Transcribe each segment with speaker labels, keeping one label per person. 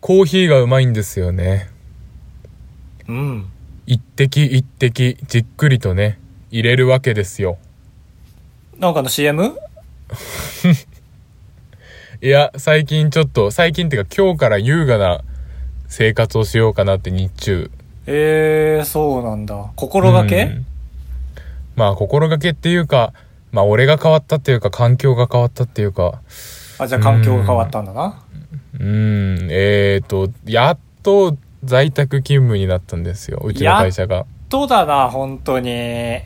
Speaker 1: コーヒーがうまいんですよね。
Speaker 2: うん
Speaker 1: 一滴一滴じっくりとね、入れるわけですよ。
Speaker 2: なんかの CM?
Speaker 1: いや、最近ちょっと、最近っていうか今日から優雅な生活をしようかなって日中。
Speaker 2: えー、そうなんだ心がけ、
Speaker 1: うんまあ心がけっていうか、まあ俺が変わったっていうか環境が変わったっていうか、
Speaker 2: あじゃあ環境が変わったんだな、
Speaker 1: うん、えーと、やっと在宅勤務になったんですよ。うちの会社が。
Speaker 2: どうだな本当に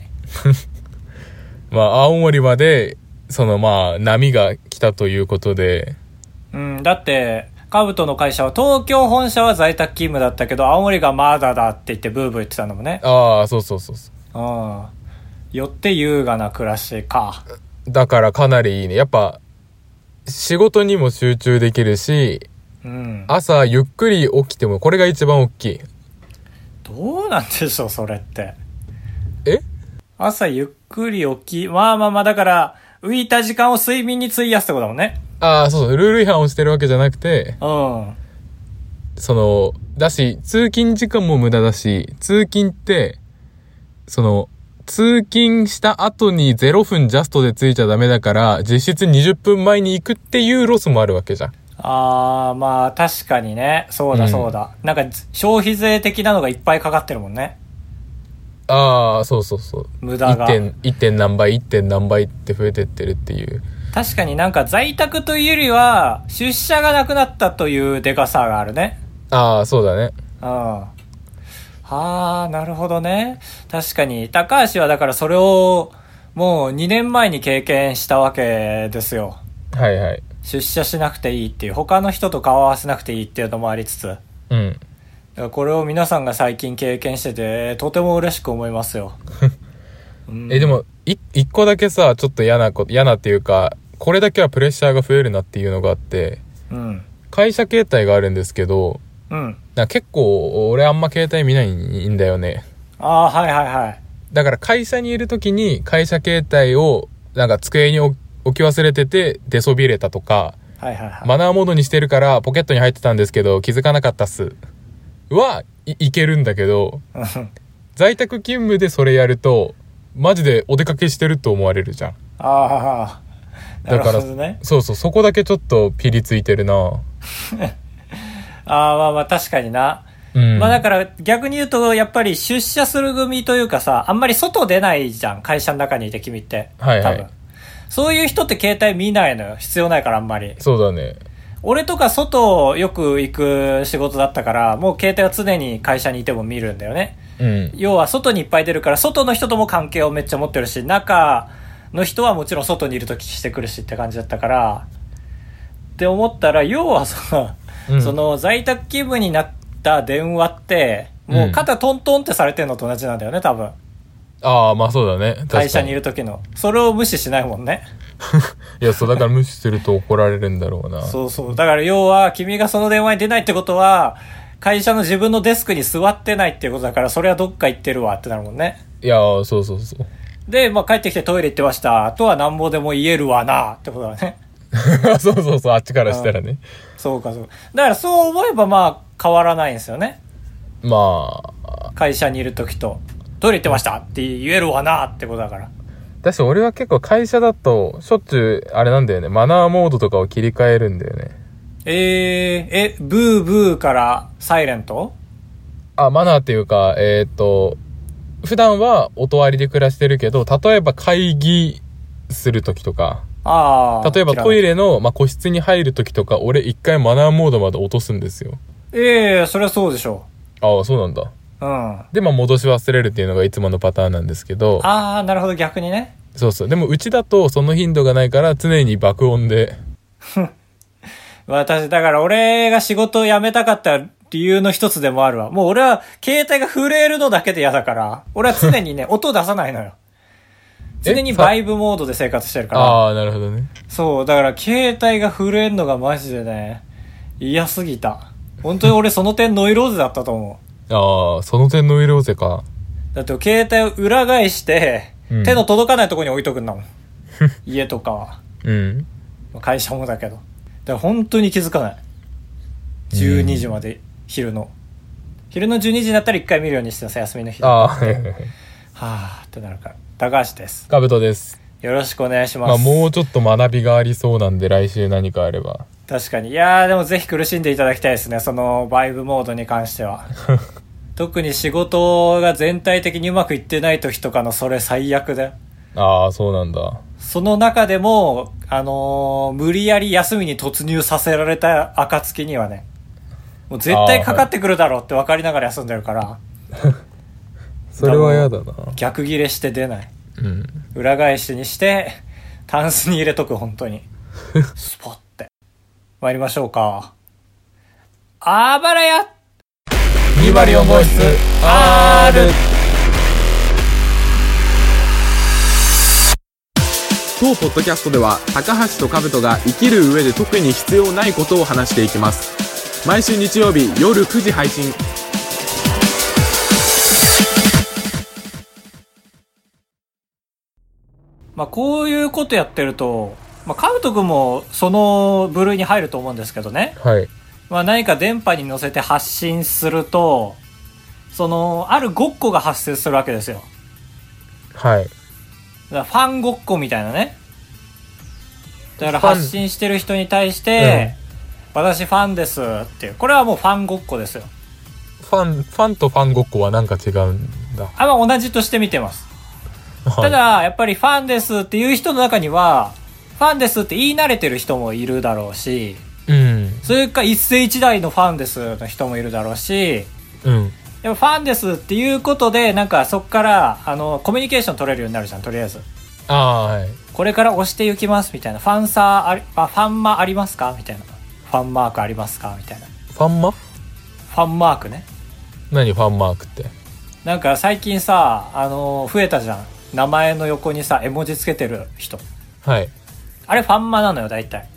Speaker 1: まあ青森まで、そのまあ波が来たということで、
Speaker 2: うんだってカブトの会社は東京本社は在宅勤務だったけど青森がまだだって言ってブーブー言ってたのもね
Speaker 1: ああ、そうそうそうそう。
Speaker 2: うんよって優雅な暮らしか
Speaker 1: だからかなりいいね。やっぱ、仕事にも集中できるし、
Speaker 2: うん
Speaker 1: 朝ゆっくり起きても、これが一番大きい。
Speaker 2: どうなんでしょうそれって
Speaker 1: え
Speaker 2: 朝ゆっくり起きまあまあまあだから浮いた時間を睡眠に費やすってことだもんね
Speaker 1: ああ、そうそう、ルール違反をしてるわけじゃなくて、
Speaker 2: うん
Speaker 1: その、だし、通勤時間も無駄だし、通勤って、その、通勤した後に0分ジャストで着いちゃダメだから、実質20分前に行くっていうロスもあるわけじゃん。
Speaker 2: あーまあ確かにねそう
Speaker 1: う
Speaker 2: だ
Speaker 1: ん
Speaker 2: そうだ、なんか消費税的なのがいっぱいかかってるもんね
Speaker 1: ああ、そうそうそう。
Speaker 2: 無駄
Speaker 1: 1
Speaker 2: が
Speaker 1: 点、1点何倍、1点何倍って増えてってるっていう。
Speaker 2: 確かになんか在宅というよりは出社がなくなったというデカさがあるね
Speaker 1: ああ、そうだね。
Speaker 2: うんはあなるほどね確かに高橋はだからそれをもう2年前に経験したわけですよ
Speaker 1: はいはい。
Speaker 2: 出社しなくていいっていう他の人と顔合わせなくていいっていうのもありつつだか
Speaker 1: うん。
Speaker 2: らこれを皆さんが最近経験しててとても嬉しく思いますよ、うん
Speaker 1: え、でも、い一個だけさ、ちょっと嫌なこと、嫌なっていうか、これだけはプレッシャーが増えるなっていうのがあって、
Speaker 2: うん
Speaker 1: 会社携帯があるんですけど、
Speaker 2: うん
Speaker 1: なんか結構、俺あんま携帯見ないんだよね。
Speaker 2: ああーはいはいはい
Speaker 1: だから会社にいる時に会社携帯を、なんか机に置き置き忘れてて出そびれたとか、
Speaker 2: はいはいはい、
Speaker 1: マナーモードにしてるからポケットに入ってたんですけど気づかなかったっす。は、い、いけるんだけど、
Speaker 2: うん
Speaker 1: 在宅勤務でそれやると、マジでお出かけしてると思われるじゃん。
Speaker 2: ああ、な
Speaker 1: だ
Speaker 2: る
Speaker 1: か
Speaker 2: ほ
Speaker 1: ら
Speaker 2: どね。
Speaker 1: そうそう、そこだけちょっとピリついてるな
Speaker 2: ああ、まあまあ確かにな。
Speaker 1: うん。
Speaker 2: まあだ
Speaker 1: か
Speaker 2: から逆に言うと、やっぱり出社する組というかさ、あんまり外出ないじゃん、会社の中にいて君って。
Speaker 1: はいはい
Speaker 2: 多分。そういう人って携帯見ないのよ。必要ないからあんまり。
Speaker 1: そうだね。
Speaker 2: 俺とか外よく行く仕事だったから、もう携帯は常に会社にいても見るんだよね。
Speaker 1: うん。
Speaker 2: 要は外にいっぱい出るから、外の人とも関係をめっちゃ持ってるし、中の人はもちろん外にいるときしてくるしって感じだったから、って思ったら、要はさ、
Speaker 1: うん
Speaker 2: その在宅勤務になった電話って、もう肩トントンってされてるのと同じなんだよね、多分。
Speaker 1: ああ、まあそうだね。確か
Speaker 2: 会社にいる時の。それを無視しないもんね。
Speaker 1: いや、そう、だから無視すると怒られるんだろうな。
Speaker 2: そうそう。だから要は、君がその電話に出ないってことは、会社の自分のデスクに座ってないっていうことだから、それはどっか行ってるわってなるもんね。
Speaker 1: いやー、そうそう そう。
Speaker 2: で、まあ、帰ってきてトイレ行ってました。とはなんぼでも言えるわな、ってことだね。
Speaker 1: そうそうそう、あっちからしたらね。
Speaker 2: そうか、そうか。だからそう思えばまあ、変わらないんですよね。
Speaker 1: まあ、
Speaker 2: 会社にいる時と。トイレ行ってましたって言えるわな、ってことだから。
Speaker 1: だし俺は結構会社だと、しょっちゅう、あれなんだよね、マナーモードとかを切り替えるんだよね。
Speaker 2: えー、え、ブーブーからサイレント
Speaker 1: あ、マナーっていうか、えーっと、普段は音割りで暮らしてるけど、例えば会議するときとか、
Speaker 2: ああ。
Speaker 1: 例えばトイ
Speaker 2: レ。
Speaker 1: レの、まあ、個室に入るときとか、俺一回マナーモードまで落とすんですよ。
Speaker 2: ええそれはそうでしょ
Speaker 1: ああ、そうなんだ。
Speaker 2: う。うん。
Speaker 1: で、まあ、戻し忘れるっていうのがいつものパターンなんですけど、
Speaker 2: ああ、なるほど、逆にね。
Speaker 1: そうそう。でもうちだとその頻度がないから常に爆音で、
Speaker 2: 私、だから俺が仕事を辞めたかった理由の一つでもあるわ。もう俺は携帯が震えるのだけで嫌だから、俺は常にね、 音出さないのよ。
Speaker 1: え
Speaker 2: 常にバイブモードで生活してるから。
Speaker 1: ああ、なるほどね。
Speaker 2: そう、だから携帯が震えるのがマジでね、嫌すぎた。本当に俺その点ノイローゼだったと思う。
Speaker 1: ああ、その点の色ぜか。
Speaker 2: だって携帯を裏返して、
Speaker 1: うん
Speaker 2: 手の届かないところに置いとくんだ もん。家とかは。
Speaker 1: うん。
Speaker 2: 会社もだけど。だから本当に気づかない。 12時まで昼の、昼の12時になったら1回見るようにしてます休みの日は
Speaker 1: ああ、 はいはいはい。
Speaker 2: あってなるから高橋です
Speaker 1: かぶとです。
Speaker 2: よろしくお願いします、
Speaker 1: まあ、もうちょっと学びがありそうなんで、来週何かあれば。
Speaker 2: 確かにいやーでもぜひ苦しんでいただきたいですねそのバイブモードに関し ては特に仕事が全体的にうまくいってない時とかのそれ最悪で
Speaker 1: ああ、そうなんだ。
Speaker 2: その中でも、あのー無理やり休みに突入させられた暁にはね、もう絶対かかってくるだろうって分かりながら休んでるから、
Speaker 1: それは嫌だな。
Speaker 2: 逆切れして出ない。
Speaker 1: うん。
Speaker 2: 裏返しにして、タンスに入れとく、本当に。スポって。参りましょうか。あばらや
Speaker 1: 2割4号室
Speaker 2: R
Speaker 1: 当ポッドキャストでは高橋と兜が生きる上で特に必要ないことを話していきます毎週日曜日夜9時配信
Speaker 2: まあ、こういうことやってると、まあ、カウト君もその部類に入ると思うんですけどね。
Speaker 1: はい
Speaker 2: まあ、何か電波に乗せて発信すると、その、あるごっこが発生するわけですよ。
Speaker 1: はい
Speaker 2: だからファンごっこみたいなね。だから発信してる人に対して、私ファンですっていう。これはもうファンごっこですよ。
Speaker 1: ファンファンとファンごっこはなんか違うんだ
Speaker 2: あ、まあ同じとして見てます。
Speaker 1: は
Speaker 2: た
Speaker 1: い
Speaker 2: だ、やっぱりファンですっていう人の中には、ファンですって言い慣れてる人もいるだろうし、
Speaker 1: うん
Speaker 2: それか一世一代のファンですの人もいるだろうし、
Speaker 1: うん
Speaker 2: でもファンですっていうことで、なんかそっから、あの、コミュニケーション取れるようになるじゃん、とりあえず。
Speaker 1: ああはい
Speaker 2: これから押していきます、みたいな。ファンサーあり、あ、ファンマありますかみたいな。ファンマークありますかみたいな。フ
Speaker 1: ファンマ
Speaker 2: ァンマークね。
Speaker 1: 何ファンマークって
Speaker 2: なんか最近さ、あの、増えたじゃん。名前の横にさ、絵文字つけてる人。
Speaker 1: はい
Speaker 2: あれファンマなのよ、大体。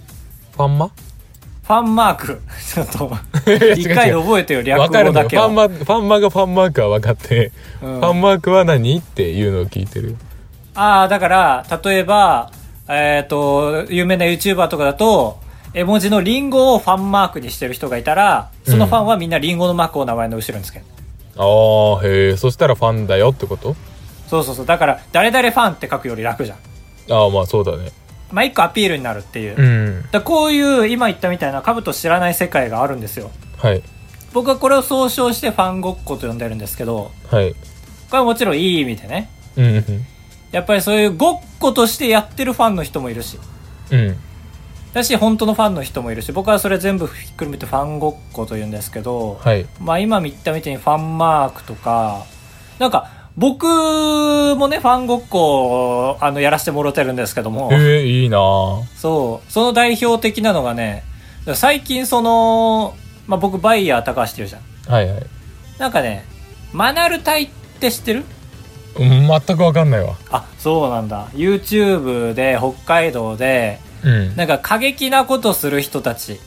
Speaker 1: ファンマ
Speaker 2: ファンマーク。 ちょっ と
Speaker 1: 違う、
Speaker 2: 一回で覚えてよ、略
Speaker 1: わかる
Speaker 2: 語
Speaker 1: のよ
Speaker 2: だ
Speaker 1: フ
Speaker 2: けは。
Speaker 1: ァンマファンマがファンマークは分かって、
Speaker 2: う
Speaker 1: フ
Speaker 2: ん
Speaker 1: ァンマークは何っていうのを聞いてる
Speaker 2: ああ、だから、例えば、えっ、と、有名な YouTuber とかだと、絵文字のリンゴをファンマークにしてる人がいたら、そのファンはみんなリンゴのマークを名前の後ろにつける。
Speaker 1: ああへえそしたらファンだよってこと
Speaker 2: そうそうそう。だから、誰々ファンって書くより楽じゃん。
Speaker 1: ああまあそうだね
Speaker 2: まあ、一個アピールになるっていう。
Speaker 1: うん
Speaker 2: だこういう、今言ったみたいな、株と知らない世界があるんですよ。
Speaker 1: はい
Speaker 2: 僕はこれを総称してファンごっこと呼んでるんですけど、
Speaker 1: はい
Speaker 2: これはもちろんいい意味でね。
Speaker 1: うんうん
Speaker 2: やっぱりそういうごっことしてやってるファンの人もいるし。
Speaker 1: うん
Speaker 2: だし本当のファンの人もいるし僕はそれ全部ひっくるめてファンごっこと言うんですけど、
Speaker 1: はい
Speaker 2: まあ今言ったみたいにファンマークとかなんか僕もねファンごっこをあのやらせてもろてるんですけども
Speaker 1: えー、いいなぁ
Speaker 2: そうその代表的なのがね最近その、まあ、僕バイヤー高橋っていうじゃん
Speaker 1: はいはい
Speaker 2: なんかねマナルタイって知ってる
Speaker 1: うん全くわかんないわ
Speaker 2: あそうなんだ YouTube で北海道で
Speaker 1: うん
Speaker 2: なんか過激なことする人たち。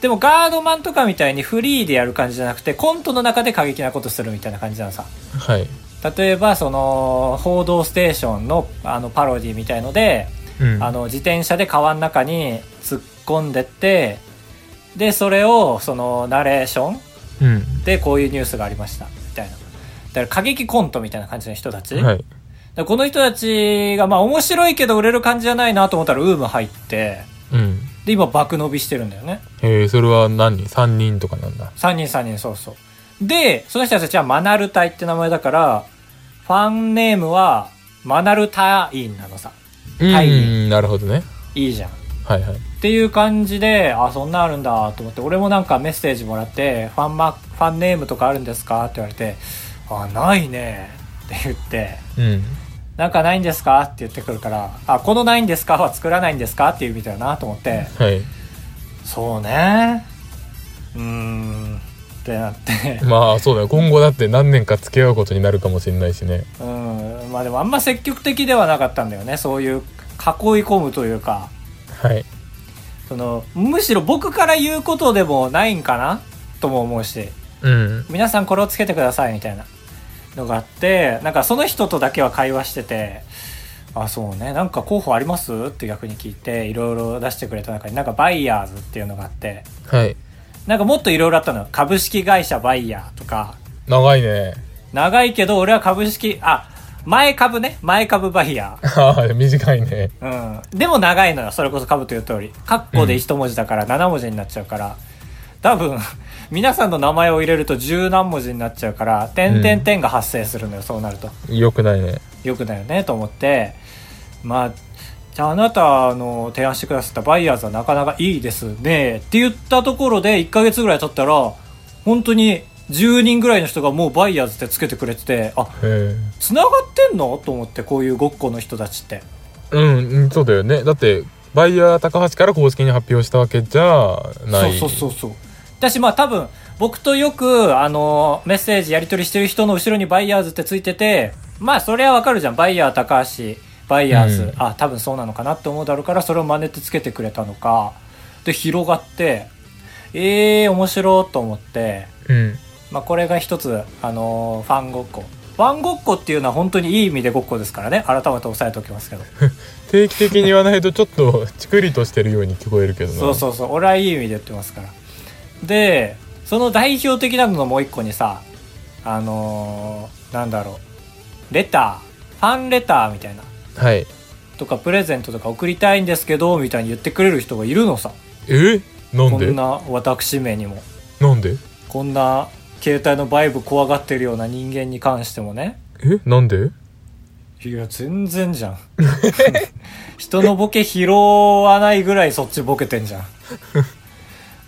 Speaker 2: でもガードマンとかみたいにフリーでやる感じじゃなくて、コントの中で過激なことするみたいな感じなのさ。
Speaker 1: はい
Speaker 2: 例えば、その、報道ステーションのあのパロディみたいので、
Speaker 1: うん
Speaker 2: あの、自転車で川の中に突っ込んでって、で、それを、その、ナレーション
Speaker 1: うん
Speaker 2: でこういうニュースがありました、みたいな。だから過激コントみたいな感じの人たち。
Speaker 1: はい
Speaker 2: だからこの人たちが、まあ面白いけど売れる感じじゃないなと思ったら、ウーム入って、
Speaker 1: うん
Speaker 2: で、今爆伸びしてるんだよね。
Speaker 1: へえそれは何三人とかなんだ
Speaker 2: 3人3人、そうそう。で、その人たちはマナルタイって名前だから、ファンネームはマナルタインなのさ。
Speaker 1: うん、
Speaker 2: はい
Speaker 1: なるほどね
Speaker 2: いいじゃん。っ
Speaker 1: はいはい
Speaker 2: ていう感じで、あ、そんなあるんだと思って、俺もなんかメッセージもらって、ファンマ、ファンネームとかあるんですかって言われて、あ、ないねって言って、
Speaker 1: うん
Speaker 2: なんかないんですかって言ってくるから、あ、このないんですかは作らないんですかっていう意味だよなと思って、
Speaker 1: はい
Speaker 2: そうね。うーん、ってなって。
Speaker 1: まあそうだよ今後だって何年か付き合うことになるかもしれないしね
Speaker 2: うん、まあでもあんま積極的ではなかったんだよね。そういう囲い込むというか、
Speaker 1: はい
Speaker 2: その、むしろ僕から言うことでもないんかなとも思うし、
Speaker 1: うん
Speaker 2: 皆さんこれをつけてくださいみたいなのがあって、なんかその人とだけは会話してて、あ、そうね、なんか候補ありますって逆に聞いて、いろいろ出してくれた中に、なんかバイヤーズっていうのがあって、
Speaker 1: はい
Speaker 2: なんかもっといろいろあったのよ株式会社バイヤーとか
Speaker 1: 長いね。
Speaker 2: 長いけど俺は株式あ前株ね前株バイヤ
Speaker 1: ああ、短いね。
Speaker 2: ー、うん、でも長いのよそれこそ株という通りカッコで一文字だから7文字になっちゃうから多分 皆さんの名前を入れると十何文字になっちゃうから点々点が発生するのよそうなると
Speaker 1: 良くないね。
Speaker 2: よくだよねと思ってまあじゃああなたの提案してくださったバイヤーズはなかなかいいですねって言ったところで1ヶ月ぐらい経ったら本当に10人ぐらいの人がもうバイヤーズってつけてくれててあ
Speaker 1: へ
Speaker 2: 繋がってんのと思ってこういうごっこの人たちって
Speaker 1: え。うんうん、そうだよね。だって、バイヤー高橋から公式に発表したわけじゃない。
Speaker 2: そうそうそうそうだしまあ多分僕とよくあのメッセージやり取りしてる人の後ろにバイヤーズってついててまあそれはわかるじゃんバイヤー高橋バイヤーズ、
Speaker 1: うん
Speaker 2: あ多分そうなのかなって思うだろうからそれを真似てつけてくれたのかで広がってええー、面白いと思って、
Speaker 1: うん。
Speaker 2: まあ、これが一つあのファンごっこファンごっこっていうのは本当にいい意味でごっこですからね改めて押さえておきますけど
Speaker 1: 定期的に言わないとちょっとチクリとしてるように聞こえるけどな。
Speaker 2: そうそうそう俺はいい意味で言ってますからでその代表的なののもう一個にさあのーなんだろうレターファンレターみたいな
Speaker 1: はい。
Speaker 2: とかプレゼントとか送りたいんですけどみたいに言ってくれる人がいるのさ
Speaker 1: えなん
Speaker 2: こ
Speaker 1: で
Speaker 2: んな私名にも
Speaker 1: なんで
Speaker 2: こんな携帯のバイブ怖がってるような人間に関してもね
Speaker 1: えなんで
Speaker 2: いや全然じゃん 人のボケ拾わないぐらいそっちボケてんじゃ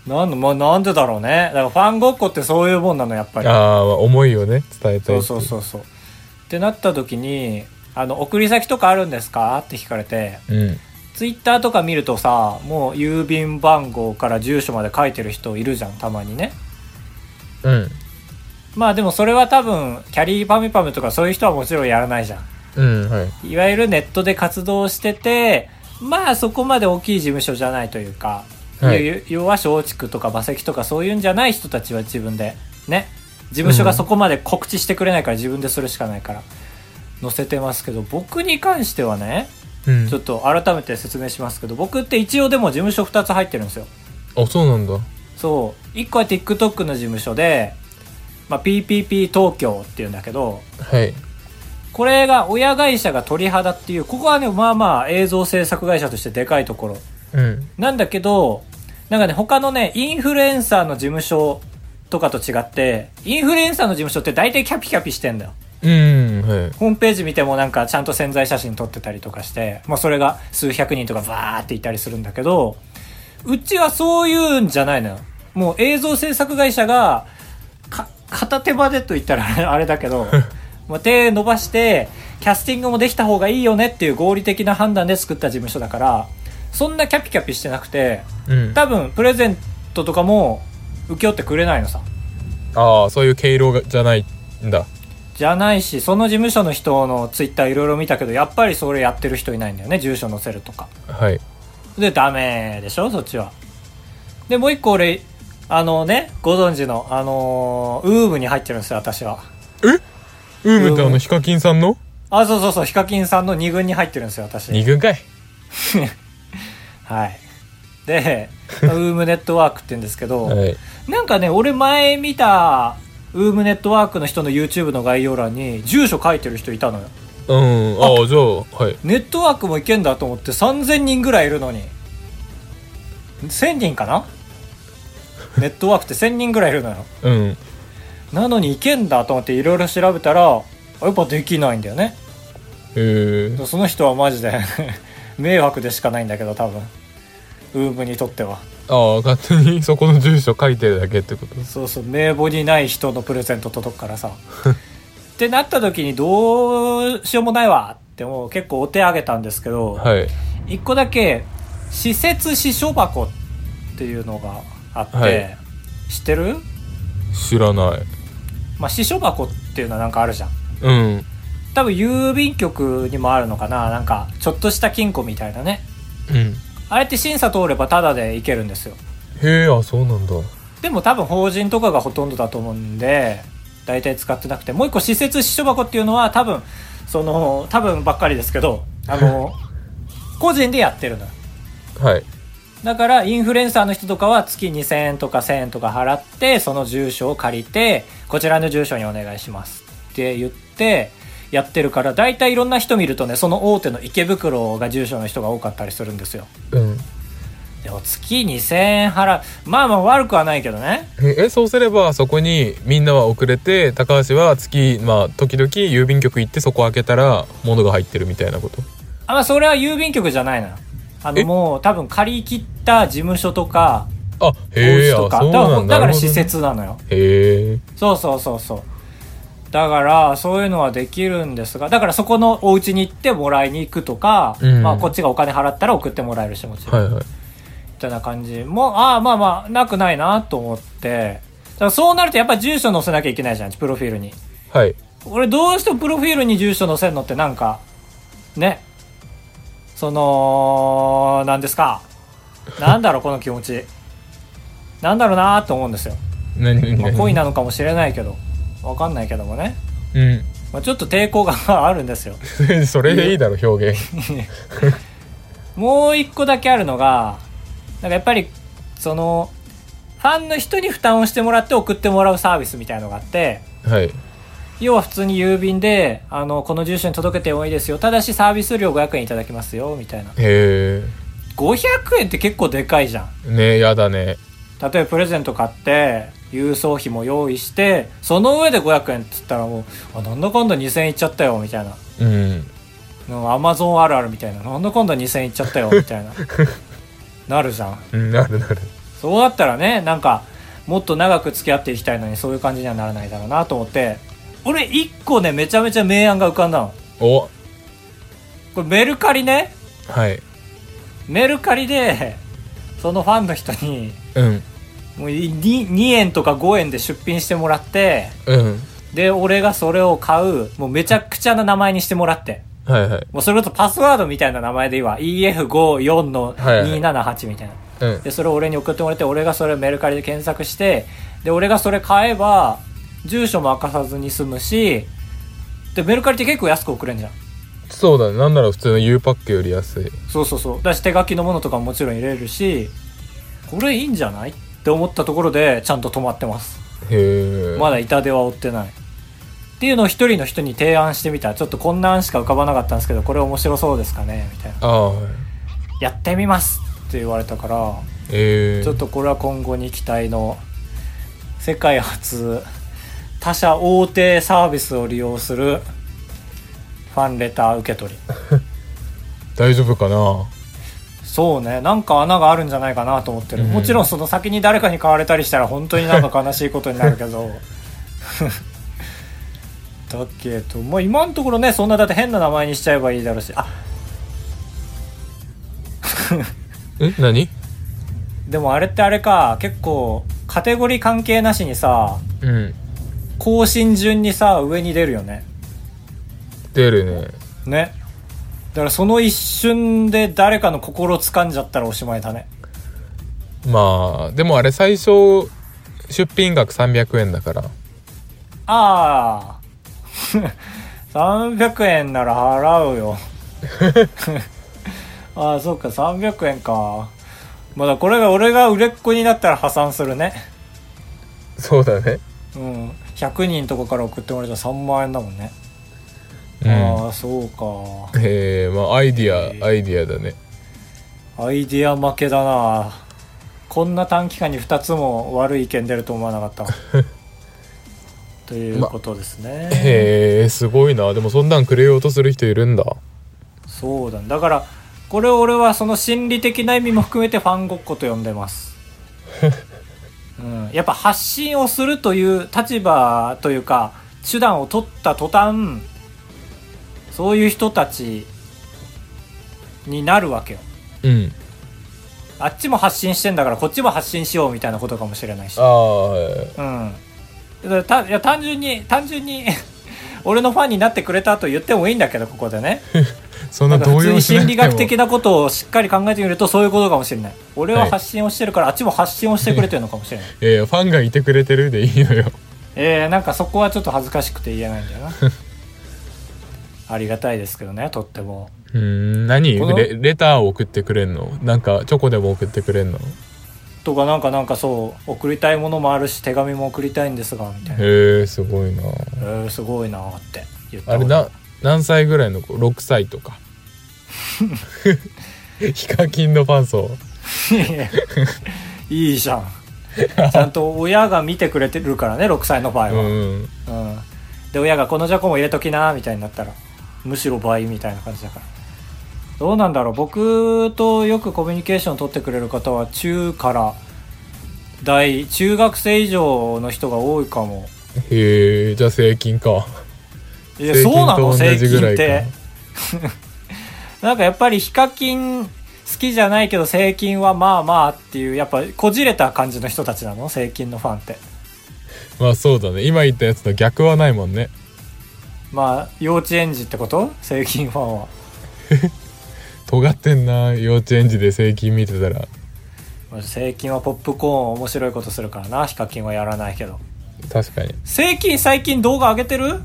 Speaker 2: んなんで、まあ、なんでだろうねだからファンごっこってそういうもんなのやっぱり
Speaker 1: ああ、思いをね、伝えたいって
Speaker 2: そ
Speaker 1: いう
Speaker 2: そうそうそうってなった時にあの送り先とかあるんですかって聞かれて
Speaker 1: うん。
Speaker 2: ツイッターとか見るとさもう郵便番号から住所まで書いてる人いるじゃんたまにね
Speaker 1: うん。
Speaker 2: まあでもそれは多分キャリーパミュパムとかそういう人はもちろんやらないじゃん
Speaker 1: うん、はい。
Speaker 2: いわゆるネットで活動してて、まあそこまで大きい事務所じゃないというか、
Speaker 1: はい
Speaker 2: ゆ要は松竹とか馬石とかそういうんじゃない人たちは自分で、ね。事務所がそこまで告知してくれないから自分でするしかないから、載せてますけど、僕に関してはね、
Speaker 1: うん
Speaker 2: ちょっと改めて説明しますけど、僕って一応でも事務所2つ入ってるんですよ。
Speaker 1: あ、そうなんだ。
Speaker 2: そう。1個は TikTok の事務所で、まあ PPP 東京っていうんだけど、
Speaker 1: はい。
Speaker 2: これが親会社が鳥肌っていう、ここはね、まあまあ映像制作会社としてでかいところ。
Speaker 1: うん。
Speaker 2: なんだけど、なんかね、他のね、インフルエンサーの事務所とかと違って、インフルエンサーの事務所って大体キャピキャピしてんだよ。
Speaker 1: うん、はい。
Speaker 2: ホームページ見てもなんかちゃんと潜在写真撮ってたりとかして、まあそれが数百人とかバーっていたりするんだけど、うちはそういうんじゃないのよ。もう映像制作会社が、か、片手間でと言ったら あれだ けど、まあ手伸ばして、キャスティングもできた方がいいよねっていう合理的な判断で作った事務所だから、そんなキャピキャピしてなくて、
Speaker 1: うん。
Speaker 2: 多分プレゼントとかも受け負ってくれないのさ。
Speaker 1: ああ、そういう経路がじゃないんだ。
Speaker 2: じゃないし、その事務所の人のツイッターいろいろ見たけど、やっぱりそれやってる人いないんだよね、住所載せるとか。
Speaker 1: はい。
Speaker 2: で、ダメでしょ、そっちは。で、もう一個俺、あのね、ご存知の、あのーウームに入ってるんですよ、私は。
Speaker 1: ウームってあ
Speaker 2: う
Speaker 1: の、
Speaker 2: ん
Speaker 1: ヒカキンさんの
Speaker 2: あ、そうそうそう、ヒカキンさんの2軍に入ってるんですよ、私。
Speaker 1: 二軍かい。
Speaker 2: はい。で、ウームネットワークって言うんです けど、
Speaker 1: はい。
Speaker 2: なんかね、俺前見た、ウームネットワークの人の YouTube の概要欄に、住所書いてる人いたのよ。
Speaker 1: うん。ああ、じゃあ、はい。
Speaker 2: ネットワークもいけんだと思って3000人ぐらいいるのに。1000人かなネットワークって1000人ぐらいいるのよ。
Speaker 1: うん。
Speaker 2: なのにいけんだと思っていろいろ調べたら、やっぱできないんだよね。
Speaker 1: えー、
Speaker 2: その人はマジで 迷惑でしかないんだけど多分。ウームにとっては。
Speaker 1: ああ、勝手にそこの住所書いてるだけってことです。
Speaker 2: そうそう、名簿にない人のプレゼント届くからさ。ってなった時にどうしようもないわってもう結構お手上げたんですけど、
Speaker 1: はい。
Speaker 2: 一個だけ施設支所箱っていうのがあって、
Speaker 1: はい
Speaker 2: 知ってる、
Speaker 1: 知らない。
Speaker 2: まあ、支所箱っていうのはなんかあるじゃん
Speaker 1: うん。
Speaker 2: 多分郵便局にもあるのかななんかちょっとした金庫みたいなね
Speaker 1: うん。
Speaker 2: あれって審査通ればタダで行けるんですよ
Speaker 1: へえ、あ、そうなんだ。
Speaker 2: でも多分法人とかがほとんどだと思うんで大体使ってなくてもう一個施設支所箱っていうのは多分その多分ばっかりですけどあの個人でやってるのよ
Speaker 1: はい。
Speaker 2: だからインフルエンサーの人とかは月2000円とか1000円とか払ってその住所を借りてこちらの住所にお願いしますって言ってやってるから大体いろんな人見るとねその大手の池袋が住所の人が多かったりするんですよ
Speaker 1: うん。
Speaker 2: でも月2000円払うまあまあ悪くはないけどね
Speaker 1: え、そうすればそこにみんなは遅れて、高橋は月、まあ、時々郵便局行ってそこ開けたら物が入ってるみたいなこと。
Speaker 2: あまあそれは郵便局じゃないのよあ
Speaker 1: え
Speaker 2: のもう多分借り切った事務所とか
Speaker 1: あ、
Speaker 2: お
Speaker 1: へえ、
Speaker 2: 家
Speaker 1: あ、
Speaker 2: とか、
Speaker 1: そう
Speaker 2: だ
Speaker 1: な
Speaker 2: から
Speaker 1: んだ。
Speaker 2: だ
Speaker 1: な
Speaker 2: から
Speaker 1: るほどね
Speaker 2: 施。設なのよ
Speaker 1: へえ。
Speaker 2: そうそうそうそうだからそういうのはできるんですがだからそこのお家に行ってもらいに行くとか、
Speaker 1: うん
Speaker 2: まあ、こっちがお金払ったら送ってもらえるしもちろん、
Speaker 1: はいはい。
Speaker 2: みたいな感じもああまあまあなくないなと思ってだからそうなるとやっぱ住所載せなきゃいけないじゃんプロフィールに
Speaker 1: はい。
Speaker 2: 俺どうしてもプロフィールに住所載せるのってなんかねそのなんですかなんだろうこの気持ちなんだろうなと思うんですよ、
Speaker 1: 何何
Speaker 2: まあ、
Speaker 1: 何
Speaker 2: 恋なのかもしれないけどわかんないけどもね、
Speaker 1: う
Speaker 2: まあ、ちょっと抵抗があるんですよ
Speaker 1: ん。 それでいいだろ、表現。
Speaker 2: もう一個だけあるのがなんかやっぱりそのファンの人に負担をしてもらって送ってもらうサービスみたいのがあって
Speaker 1: はい。
Speaker 2: 要は普通に郵便であのこの住所に届けてもいいですよただしサービス料500円いただきますよみたいな
Speaker 1: へ
Speaker 2: 500円って結構でかいじゃん
Speaker 1: え。ねやだね。
Speaker 2: 例えばプレゼント買って郵送費も用意してその上で500円っつったらもうあなんだかんだ2000円いっちゃったよみたいな
Speaker 1: うん。
Speaker 2: アマゾンあるあるみたいななんだかんだ2000円いっちゃったよみたいななるじゃん
Speaker 1: うんなるなる。
Speaker 2: そうだったらねなんかもっと長く付き合っていきたいのにそういう感じにはならないだろうなと思って俺一個ねめちゃめちゃ明暗が浮かんだの
Speaker 1: お
Speaker 2: これメルカリね
Speaker 1: はい。
Speaker 2: メルカリでそのファンの人に
Speaker 1: うん。
Speaker 2: もう 2, 2円とか5円で出品してもらって
Speaker 1: うん。
Speaker 2: で俺がそれを買うもうめちゃくちゃな名前にしてもらって
Speaker 1: はいはい。
Speaker 2: もうそれこそパスワードみたいな名前でいいわ EF54 の
Speaker 1: はいはい
Speaker 2: 278みたいな、
Speaker 1: うん。
Speaker 2: でそれを俺に送ってもらって俺がそれをメルカリで検索してで俺がそれ買えば住所も明かさずに済むしでメルカリって結構安く送れんじゃん
Speaker 1: そうだね。なんなら普通の U パックより安い。
Speaker 2: そうそうそうだし手書きのものとかももちろん入れるしこれいいんじゃないって思ったところでちゃんと止まってます
Speaker 1: へえ。
Speaker 2: まだ痛手は負ってないっていうのを一人の人に提案してみたちょっとこんな案しか浮かばなかったんですけどこれ面白そうですかねみたいな
Speaker 1: ああはい。
Speaker 2: やってみますって言われたから
Speaker 1: ええ。
Speaker 2: ちょっとこれは今後に期待の世界初他社大手サービスを利用するファンレター受け取り
Speaker 1: 大丈夫かな
Speaker 2: そうねなんか穴があるんじゃないかなと思ってる、
Speaker 1: うん
Speaker 2: もちろんその先に誰かに買われたりしたら本当になんか悲しいことになる けどだけどまあ今のところねそんなだって変な名前にしちゃえばいいだろうしあ
Speaker 1: え何
Speaker 2: でもあれってあれか結構カテゴリー関係なしにさ
Speaker 1: うん。
Speaker 2: 更新順にさ上に出るよね
Speaker 1: 出るね。
Speaker 2: ねだからその一瞬で誰かの心掴んじゃったらおしまいだね
Speaker 1: まあ、でもあれ最初、出品額300円だから。
Speaker 2: あ あ300円なら払うよ ああそっか300円かまだこれが俺が売れっ子になったら破産するね
Speaker 1: そうだね。
Speaker 2: うん100人とかから送ってもらえたら3万円だもんね、
Speaker 1: うん。
Speaker 2: ああそうか
Speaker 1: へえ、まあ、アイデ
Speaker 2: へ
Speaker 1: ィ
Speaker 2: え
Speaker 1: ア、アイディアだね。
Speaker 2: アイディア負けだなこんな短期間に2つも悪い意見出ると思わなかった ということですね、
Speaker 1: へえ、すごいな。でもそんなんくれようとする人いるんだ。
Speaker 2: そうだ、ね、だからこれを俺はその心理的な意味も含めてファンごっこと呼んでます、 うん、やっぱ発信をするという立場というか手段を取った途端そういう人たちになるわけよ
Speaker 1: うん。
Speaker 2: あっちも発信してんだからこっちも発信しようみたいなことかもしれないし
Speaker 1: ああ、はい
Speaker 2: うん。だからたいや単純に、単純に、 俺のファンになってくれたと言ってもいいんだけど、ここでね。
Speaker 1: そんな動
Speaker 2: 普通
Speaker 1: 揺
Speaker 2: に
Speaker 1: しなくて
Speaker 2: 心
Speaker 1: も
Speaker 2: 理学的なことをしっかり考えてみると、そういうことかもしれない。俺は
Speaker 1: はい
Speaker 2: 発信をしてるから、あっちも発信をしてくれてるのかもし れない。
Speaker 1: いやいやファンがいてくれてるでいいのよ
Speaker 2: えー、なんかそ こはちょっと恥ずかしくて言えないんだよな。ありがたいですけどね、とっても。
Speaker 1: ううーん、何
Speaker 2: この
Speaker 1: レレターを送ってくれんのなんか、チョコでも送ってくれんの
Speaker 2: とかなんかなんかそう送りたいものもあるし手紙も送りたいんですがみたいな、
Speaker 1: へえ、すごいな
Speaker 2: えーすごいなーって言った
Speaker 1: あれな、何歳ぐらいの子 ?6 歳と か。ヒカキンのファン層。
Speaker 2: いいじゃんちゃんと親が見てくれてるからね6歳の場合
Speaker 1: う
Speaker 2: は、
Speaker 1: ん。
Speaker 2: うん、で親が「このジャコも入れときな」みたいになったらむしろ倍みたいな感じだからどうなんだろう僕とよくコミュニケーション取ってくれる方は中から大中学生以上の人が多いかも
Speaker 1: へえ、じゃあ成金か。
Speaker 2: いや
Speaker 1: 成菌
Speaker 2: そうなの
Speaker 1: と同
Speaker 2: 成
Speaker 1: じぐ
Speaker 2: 菌
Speaker 1: ら
Speaker 2: っ
Speaker 1: いか
Speaker 2: て なんかやっぱりヒカキン好きじゃないけど成菌はまあまあっていうやっぱこじれた感じの人たちなの成菌のファンって
Speaker 1: まあそうだね。今言ったやつと逆はないもんね。
Speaker 2: まあ幼稚園児ってこと成菌ファンは
Speaker 1: 尖ってんな幼稚園児で成金見てたら。
Speaker 2: セイキンはポップコーンを面白いことするからなヒカキンはやらないけど
Speaker 1: 確かに。
Speaker 2: セイキン最近動画上げてる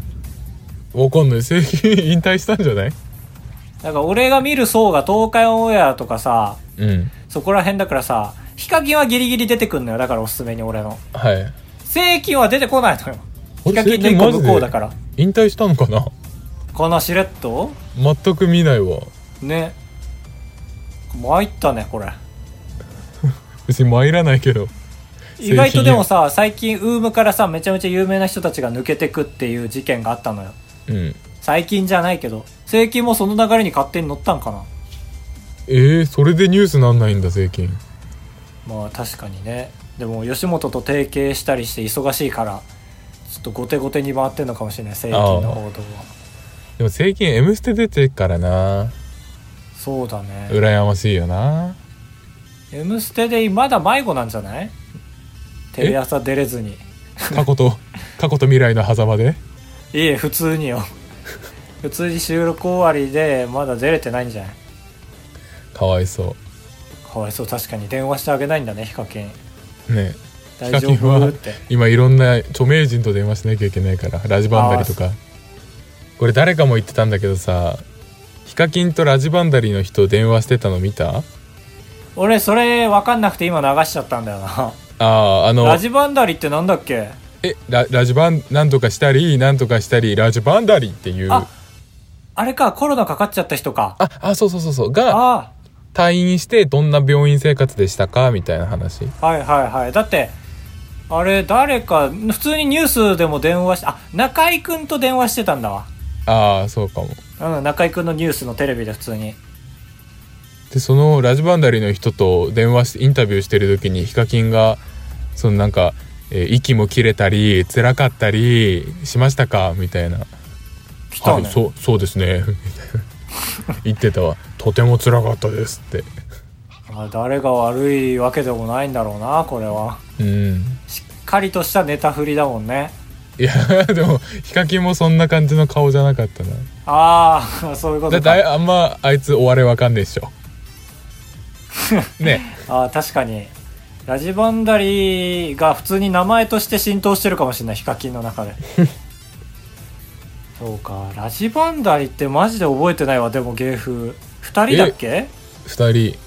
Speaker 1: わかんない。成金引退したんじゃない
Speaker 2: なんか俺が見る層が東海オンエアとかさ
Speaker 1: うん。
Speaker 2: そこら辺だからさヒカキンはギリギリ出てくんのよだからおすすめに俺の
Speaker 1: はい。
Speaker 2: セイキンは出てこないの
Speaker 1: あ
Speaker 2: よヒ
Speaker 1: れ
Speaker 2: カキンの一個向こうだから
Speaker 1: 引退したのかな
Speaker 2: このしれっと
Speaker 1: 全く見ないわ。
Speaker 2: ね参ったねこれ
Speaker 1: 別に参らないけど。
Speaker 2: 意外とでもさ最近ウームからさめちゃめちゃ有名な人たちが抜けてくっていう事件があったのよ
Speaker 1: うん。
Speaker 2: 最近じゃないけどセイキンもその流れに勝手に乗ったんかな
Speaker 1: えー、それでニュースなんないんだ、税金。
Speaker 2: まあ確かにねでも吉本と提携したりして忙しいからちょっと後手後手に回ってんのかもしれない正規の報道は
Speaker 1: でも税金 M ステ出てっからな。
Speaker 2: そうだね
Speaker 1: 羨ましいよな。
Speaker 2: 「M ステ」でまだ迷子なんじゃないテレ朝出れずに
Speaker 1: 過去と、過去と未来の狭間で。
Speaker 2: いいえ普通によ 普通に収録終わりでまだ出れてないんじゃない
Speaker 1: かわいそ
Speaker 2: かわいそう確かに電話してあげないんだねヒカキン
Speaker 1: う。ね。
Speaker 2: 大丈
Speaker 1: ヒカキン
Speaker 2: 夫
Speaker 1: は
Speaker 2: って
Speaker 1: 今いろんな著名人と電話しなきゃいけないからラジバンダリとかこれ誰かも言ってたんだけどさヒカキンとラジバンダリの人電話してたの見たあ
Speaker 2: 俺それ分かんなくて今流しちゃったんだよな
Speaker 1: あーあの
Speaker 2: ラジバンダリってなんだっけ
Speaker 1: えララジバンなんとかしたりなんとかしたりラジバンダリっていう
Speaker 2: あ
Speaker 1: あ
Speaker 2: あれかコロナかかっちゃった人か
Speaker 1: あそうそうそうそうが
Speaker 2: ああ
Speaker 1: 退院してどんな病院生活でしたかみたいな話
Speaker 2: はいはいはい。だって、あれ、誰か、普通にニュースでも電話し、あ、中居くんと電話してたんだわ。
Speaker 1: ああそうかも
Speaker 2: うん、中居くんのニュースのテレビで普通に。
Speaker 1: でそのラジバンダリの人と電話してインタビューしてる時にヒカキンがそのなんか、えー息も切れたり辛かったりしましたかみたいな
Speaker 2: 来た
Speaker 1: は
Speaker 2: ね
Speaker 1: い、。そうそうですね みたいな言ってたわとても辛かったですって
Speaker 2: あ誰が悪いわけでもないんだろうな、これは。
Speaker 1: うん
Speaker 2: しっかりとしたネタ振りだもんね。
Speaker 1: いや でもヒカキンもそんな感じの顔じゃなかったな
Speaker 2: ああ、 そういうこ
Speaker 1: だ
Speaker 2: と
Speaker 1: って
Speaker 2: か。
Speaker 1: ああんまあいつ終われわかんねえっし ょね
Speaker 2: あー確かに。ラジバンダリが普通に名前として浸透してるかもしれない、ヒカキンの 中で。そうか、ラジバンダリってマジで覚えてないわ、でも芸風。二人だっけ
Speaker 1: 2人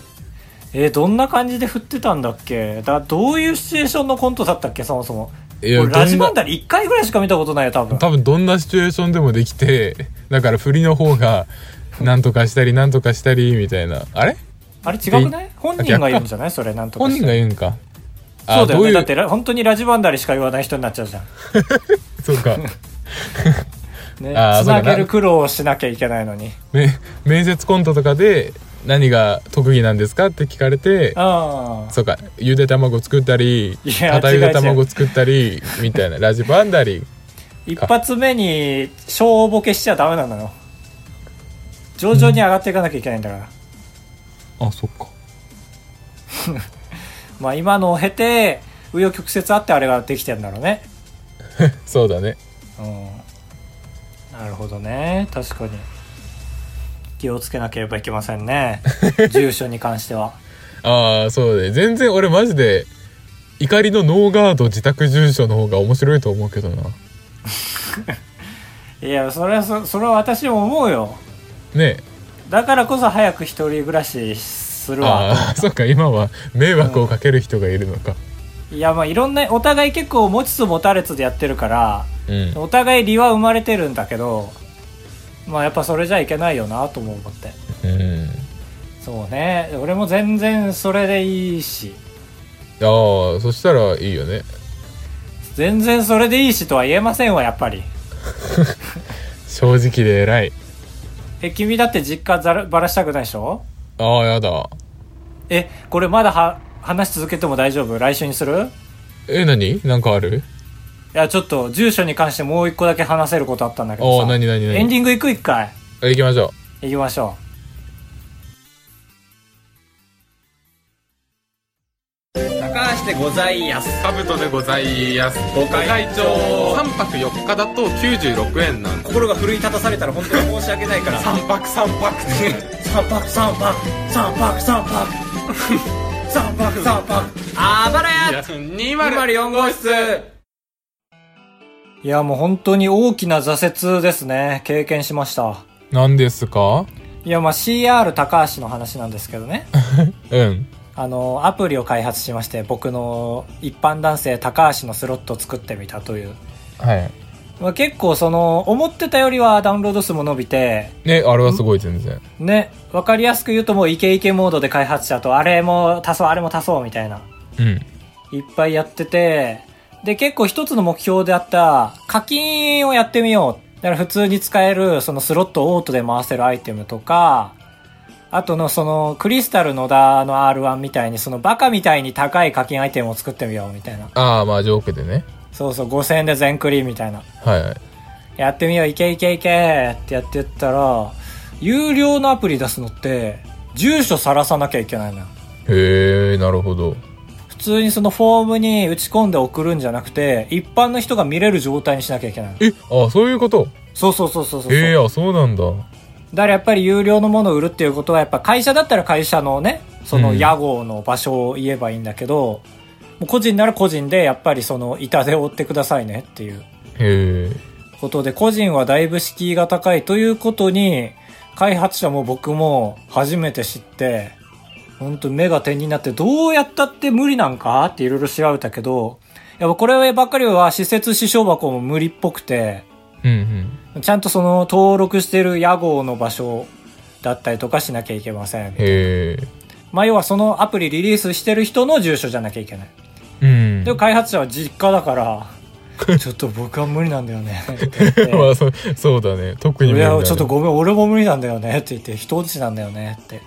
Speaker 2: えーどんな感じで振ってたんだっけだどういうシチュエーションのコントだったっけそもそも
Speaker 1: いや
Speaker 2: 俺ラジ
Speaker 1: ど
Speaker 2: バ
Speaker 1: ん
Speaker 2: ンダ
Speaker 1: な
Speaker 2: リ1回ぐらいしか見たことないよ多分
Speaker 1: 多分どんなシチュエーションでもできてだから振りの方がなんとかしたりなんとかしたりみたいなあれ
Speaker 2: あれ違くない本人が言うんじゃないそれなんとか
Speaker 1: 本
Speaker 2: して
Speaker 1: 人が言うんか
Speaker 2: そうだよね
Speaker 1: ど
Speaker 2: だってら本当にラジバンダリしか言わない人になっちゃうじゃん、
Speaker 1: そうか
Speaker 2: ね、
Speaker 1: あーそ
Speaker 2: つ
Speaker 1: うだな
Speaker 2: なげる苦労をしなきゃいけないのに
Speaker 1: め面接コントとかで何が特技なんですかって聞かれて
Speaker 2: ああ
Speaker 1: そうかゆで卵作ったり
Speaker 2: いや
Speaker 1: 片ゆ
Speaker 2: 違
Speaker 1: で
Speaker 2: う違う
Speaker 1: 卵作ったりみたいなラジバンダリ
Speaker 2: 一発目に小ボケしちゃダメなのよ徐々に上がっていかなきゃいけないんだから、
Speaker 1: あそっか
Speaker 2: まあ今のを経て紆余曲折あってあれができてんだろうね
Speaker 1: そうだね
Speaker 2: うんなるほどね確かに気をつけなければいけませ んね住所に関しては
Speaker 1: ああそうだね全然俺マジで怒りのノーガード自宅住所の方が面白いと思うけどない
Speaker 2: やそれはそそれは私も思うよ
Speaker 1: ね
Speaker 2: だからこそ早く一人暮らしする
Speaker 1: あ
Speaker 2: わ
Speaker 1: あ、そっか、今は迷惑をかける人がいるのか。
Speaker 2: いやまあいろんなお互い結構持ちつ持たれつでやってるから
Speaker 1: うん。
Speaker 2: お互い利は生まれてるんだけどまあやっぱそれじゃいけないよなとも思って
Speaker 1: うん。
Speaker 2: そうね俺も全然それでいいし
Speaker 1: ああ、そしたらいいよね。
Speaker 2: 全然それでいいしとは言えませんわやっぱり
Speaker 1: 正直で偉い。
Speaker 2: え君だって実家ざらばらしたくないでしょ
Speaker 1: ああ、やだ。
Speaker 2: えこれまだは話し続けても大丈夫来週にする
Speaker 1: え、何なんかある
Speaker 2: いやちょっと住所に関してもう一個だけ話せることあったんだけど
Speaker 1: お
Speaker 2: さ
Speaker 1: ー何何何
Speaker 2: エンディング行く一回
Speaker 1: あ行きましょ
Speaker 2: 行きましょ
Speaker 3: 高橋でございやす
Speaker 1: う。カブトでございます。ご
Speaker 3: 会長
Speaker 1: 3泊4日だと96円なんで
Speaker 3: 心が奮い立たされたら本当に申し訳ないから三泊三泊三泊三泊三泊三 泊三泊三泊あばらや204号室
Speaker 2: ういやもう本当に大きな挫折ですね経験しました
Speaker 1: 何ですか
Speaker 2: いやまあ CR 高橋の話なんですけどね
Speaker 1: うん。
Speaker 2: あのアプリを開発しまして僕の一般男性高橋のスロットを作ってみたという、
Speaker 1: はい。
Speaker 2: まあ、結構その思ってたよりはダウンロード数も伸びて
Speaker 1: ね、あれはすごい全然。
Speaker 2: ねわかりやすく言うともうイケイケモードで開発者とあれも足そうあれも足そうみたいな
Speaker 1: うん。
Speaker 2: いっぱいやってて、で、結構一つの目標であった、課金をやってみよう。だから普通に使える、そのスロットをオートで回せるアイテムとか、あとのその、クリスタル野田の R1 みたいに、そのバカみたいに高い課金アイテムを作ってみようみたいな。
Speaker 1: ああ、まあジョークでね。
Speaker 2: そうそう、5000円で全クリみたいな。
Speaker 1: はいはい。
Speaker 2: やってみよう、いけいけいけってやってったら、有料のアプリ出すのって、住所さらさなきゃいけないのよ。
Speaker 1: へえ、なるほど。
Speaker 2: 普通にそのフォームに打ち込んで送るんじゃなくて、一般の人が見れる状態にしなきゃいけない。
Speaker 1: え、ああ、そういうこと。
Speaker 2: そうそうそうそうそう。
Speaker 1: へえ、
Speaker 2: だ
Speaker 1: あそうなんだ。
Speaker 2: からやっぱり有料のものを売るっていうことは、やっぱ会社だったら会社のね、そうの
Speaker 1: ん
Speaker 2: 屋号の場所を言えばいいんだけど、もう個人なら個人でやっぱりその板で追ってくださいねっていう
Speaker 1: へえ。
Speaker 2: ことで、個人はだいぶ敷居が高いということに、開発者も僕も初めて知って、ほんと目が点になってどうやったって無理なんかっていろいろ調べたけど、やっぱこればっかりは施設支障箱も無理っぽくて、
Speaker 1: うんうん。
Speaker 2: ちゃんとその登録してる屋号の場所だったりとかしなきゃいけません。
Speaker 1: へえ。
Speaker 2: まあ要はそのアプリリリースしてる人の住所じゃなきゃいけない。
Speaker 1: うん。
Speaker 2: でも開発者は実家だから、ちょっと僕は無理なんだよね。って言って
Speaker 1: まあそそうだね。特に
Speaker 2: い
Speaker 1: 面
Speaker 2: や
Speaker 1: 談、
Speaker 2: ちょっとごめん、俺も無理なんだよねって言って、人落ちなんだよねって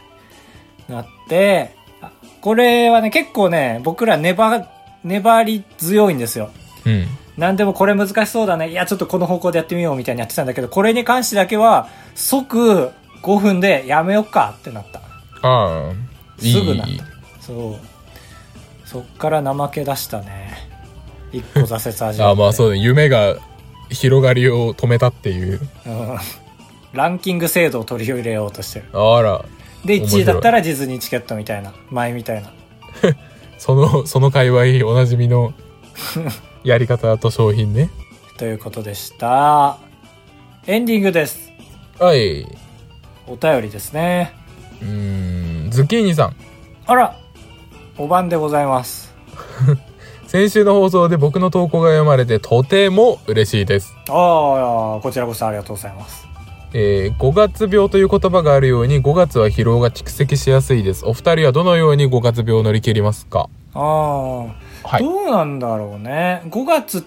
Speaker 2: なって、あこれはね、結構ね、僕ら粘、粘り強いんですよ。
Speaker 1: うん。
Speaker 2: 何でもこれ難しそうだね。いや、ちょっとこの方向でやってみようみたいにやってたんだけど、これに関してだけは、即5分でやめよっかってなった。
Speaker 1: ああ、いい。
Speaker 2: すぐなそう。そっから怠け出したね。一個挫折味わ って
Speaker 1: ああ、まあそうだね。夢が広がりを止めたっていう。
Speaker 2: うんランキング制度を取り入れようとしてる。
Speaker 1: あら、
Speaker 2: で、
Speaker 1: 面白
Speaker 2: 1
Speaker 1: い
Speaker 2: 位だったらディズニーチケットみたいな、前みたいな。
Speaker 1: その、 その界隈おなじみ のやり方と商品ね。
Speaker 2: ということでした。エンディングです。
Speaker 1: はい。う
Speaker 2: お便りですね。
Speaker 1: ーん、ズッキーニさん。
Speaker 2: あらお晩でございます。
Speaker 1: 先週の放送で僕の投稿が読まれてとても嬉しいです。
Speaker 2: ああ、こちらこそありがとうございます。
Speaker 1: えー、5月病という言葉があるように5月は疲労が蓄積しやすいです。お二人はどのように5月病を乗り切りますか
Speaker 2: ああ、
Speaker 1: はい。
Speaker 2: どうなんだろうね。5月、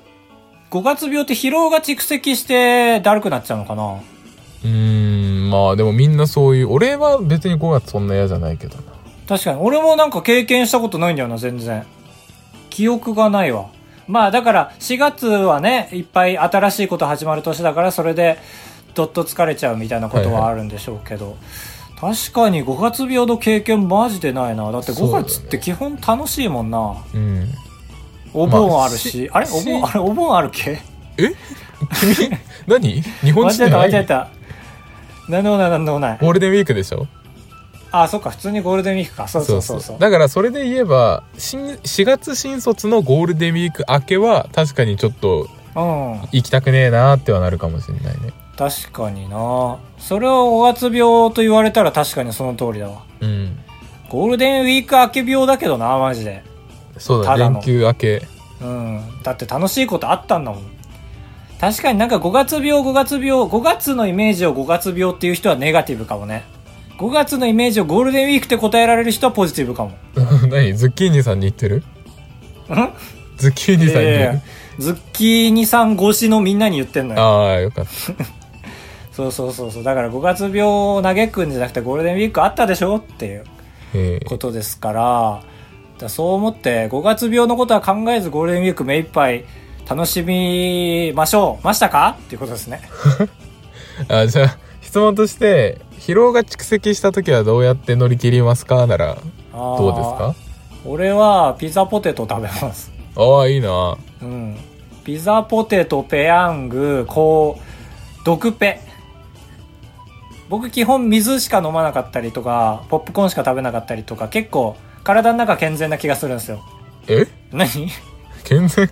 Speaker 2: 5月病って疲労が蓄積してだるくなっちゃうのかな
Speaker 1: うーん、まあでもみんなそういう、俺は別に5月そんな嫌じゃないけどな。
Speaker 2: 確かに。俺もなんか経験したことないんだよな、全然。記憶がないわ。まあだから、4月はね、いっぱい新しいこと始まる年だから、それで、どっと疲れちゃうみたいなこと
Speaker 1: はい
Speaker 2: は
Speaker 1: は
Speaker 2: あるんでしょうけど。確かに5月病の経験マジでないな。だって5
Speaker 1: そうだね
Speaker 2: 月って基本楽しいもんな。
Speaker 1: うん。
Speaker 2: お盆あるし。
Speaker 1: まあ
Speaker 2: あ、れお
Speaker 1: し
Speaker 2: 盆、あれお盆あるっけ
Speaker 1: え君、何日本
Speaker 2: 間
Speaker 1: 人
Speaker 2: 違え
Speaker 1: じ
Speaker 2: た
Speaker 1: ゃな
Speaker 2: 間
Speaker 1: い
Speaker 2: 違えた。なんでもないなんでもない。
Speaker 1: ゴールデンウィークでしょ
Speaker 2: あ、そっか、普通にゴールデンウィークか。そうそうそうそう。
Speaker 1: だからそれで言えば新4月新卒のゴールデンウィーク明けは確かにちょっと
Speaker 2: うん。
Speaker 1: 行きたくねえなーってはなるかもしれないね
Speaker 2: 確かになそれを五月病と言われたら確かにその通りだわ
Speaker 1: うん。
Speaker 2: ゴールデンウィーク明け病だけどなマジで
Speaker 1: そうだ、
Speaker 2: ただの
Speaker 1: 連休明け。
Speaker 2: うんだって楽しいことあったんだもん確かになんか5月病5月病5月のイメージを5月病っていう人はネガティブかもね5月のイメージをゴールデンウィークって答えられる人はポジティブかも
Speaker 1: 何ズッキーニさんに言ってる
Speaker 2: ん
Speaker 1: ズッキーニさんに言ってる
Speaker 2: え、ーズッキーニさん越しのみんなに言ってんのよ
Speaker 1: ああ、よかった。
Speaker 2: そうそうそうそうだから5月病を嘆くんじゃなくてゴールデンウィークあったでしょっていう
Speaker 1: えー
Speaker 2: ことですからだからそう思って5月病のことは考えずゴールデンウィーク目いっぱい楽しみましょうましたかっていうことですね
Speaker 1: あじゃあ質問として疲労が蓄積した時はどうやって乗り切りますかなら
Speaker 2: あー
Speaker 1: どうですか
Speaker 2: 俺はピザポテト食べます
Speaker 1: ああいいな
Speaker 2: うんピザポテトペヤングこう毒ペ僕基本水しか飲まなかったりとかポップコーンしか食べなかったりとか結構体の中健全な気がするんですよ
Speaker 1: え
Speaker 2: 何
Speaker 1: 健全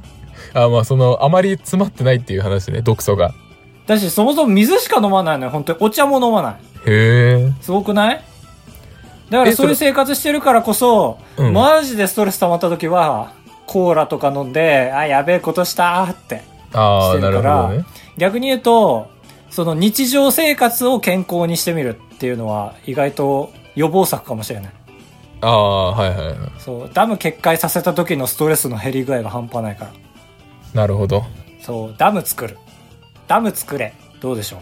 Speaker 1: あまあそのあまり詰まってないっていう話ね毒素が
Speaker 2: だしそもそも水しか飲まないのよ本当にお茶も飲まない
Speaker 1: へえ
Speaker 2: すごくないだから
Speaker 1: えそ
Speaker 2: そう
Speaker 1: れ
Speaker 2: いう生活してるからこそ、
Speaker 1: うん
Speaker 2: マジでストレス溜まった時は、コーラとか飲んで、あ、やべえことしたーって。
Speaker 1: ああ
Speaker 2: して
Speaker 1: なる
Speaker 2: るか
Speaker 1: ほ
Speaker 2: ら
Speaker 1: どね
Speaker 2: 逆に言うと、その日常生活を健康にしてみるっていうのは意外と予防策かもしれない。
Speaker 1: ああはいはいはい
Speaker 2: そう、ダム決壊させた時のストレスの減り具合が半端ないから。
Speaker 1: なるほど
Speaker 2: そう、ダム作る。ダム作れ。どうでしょ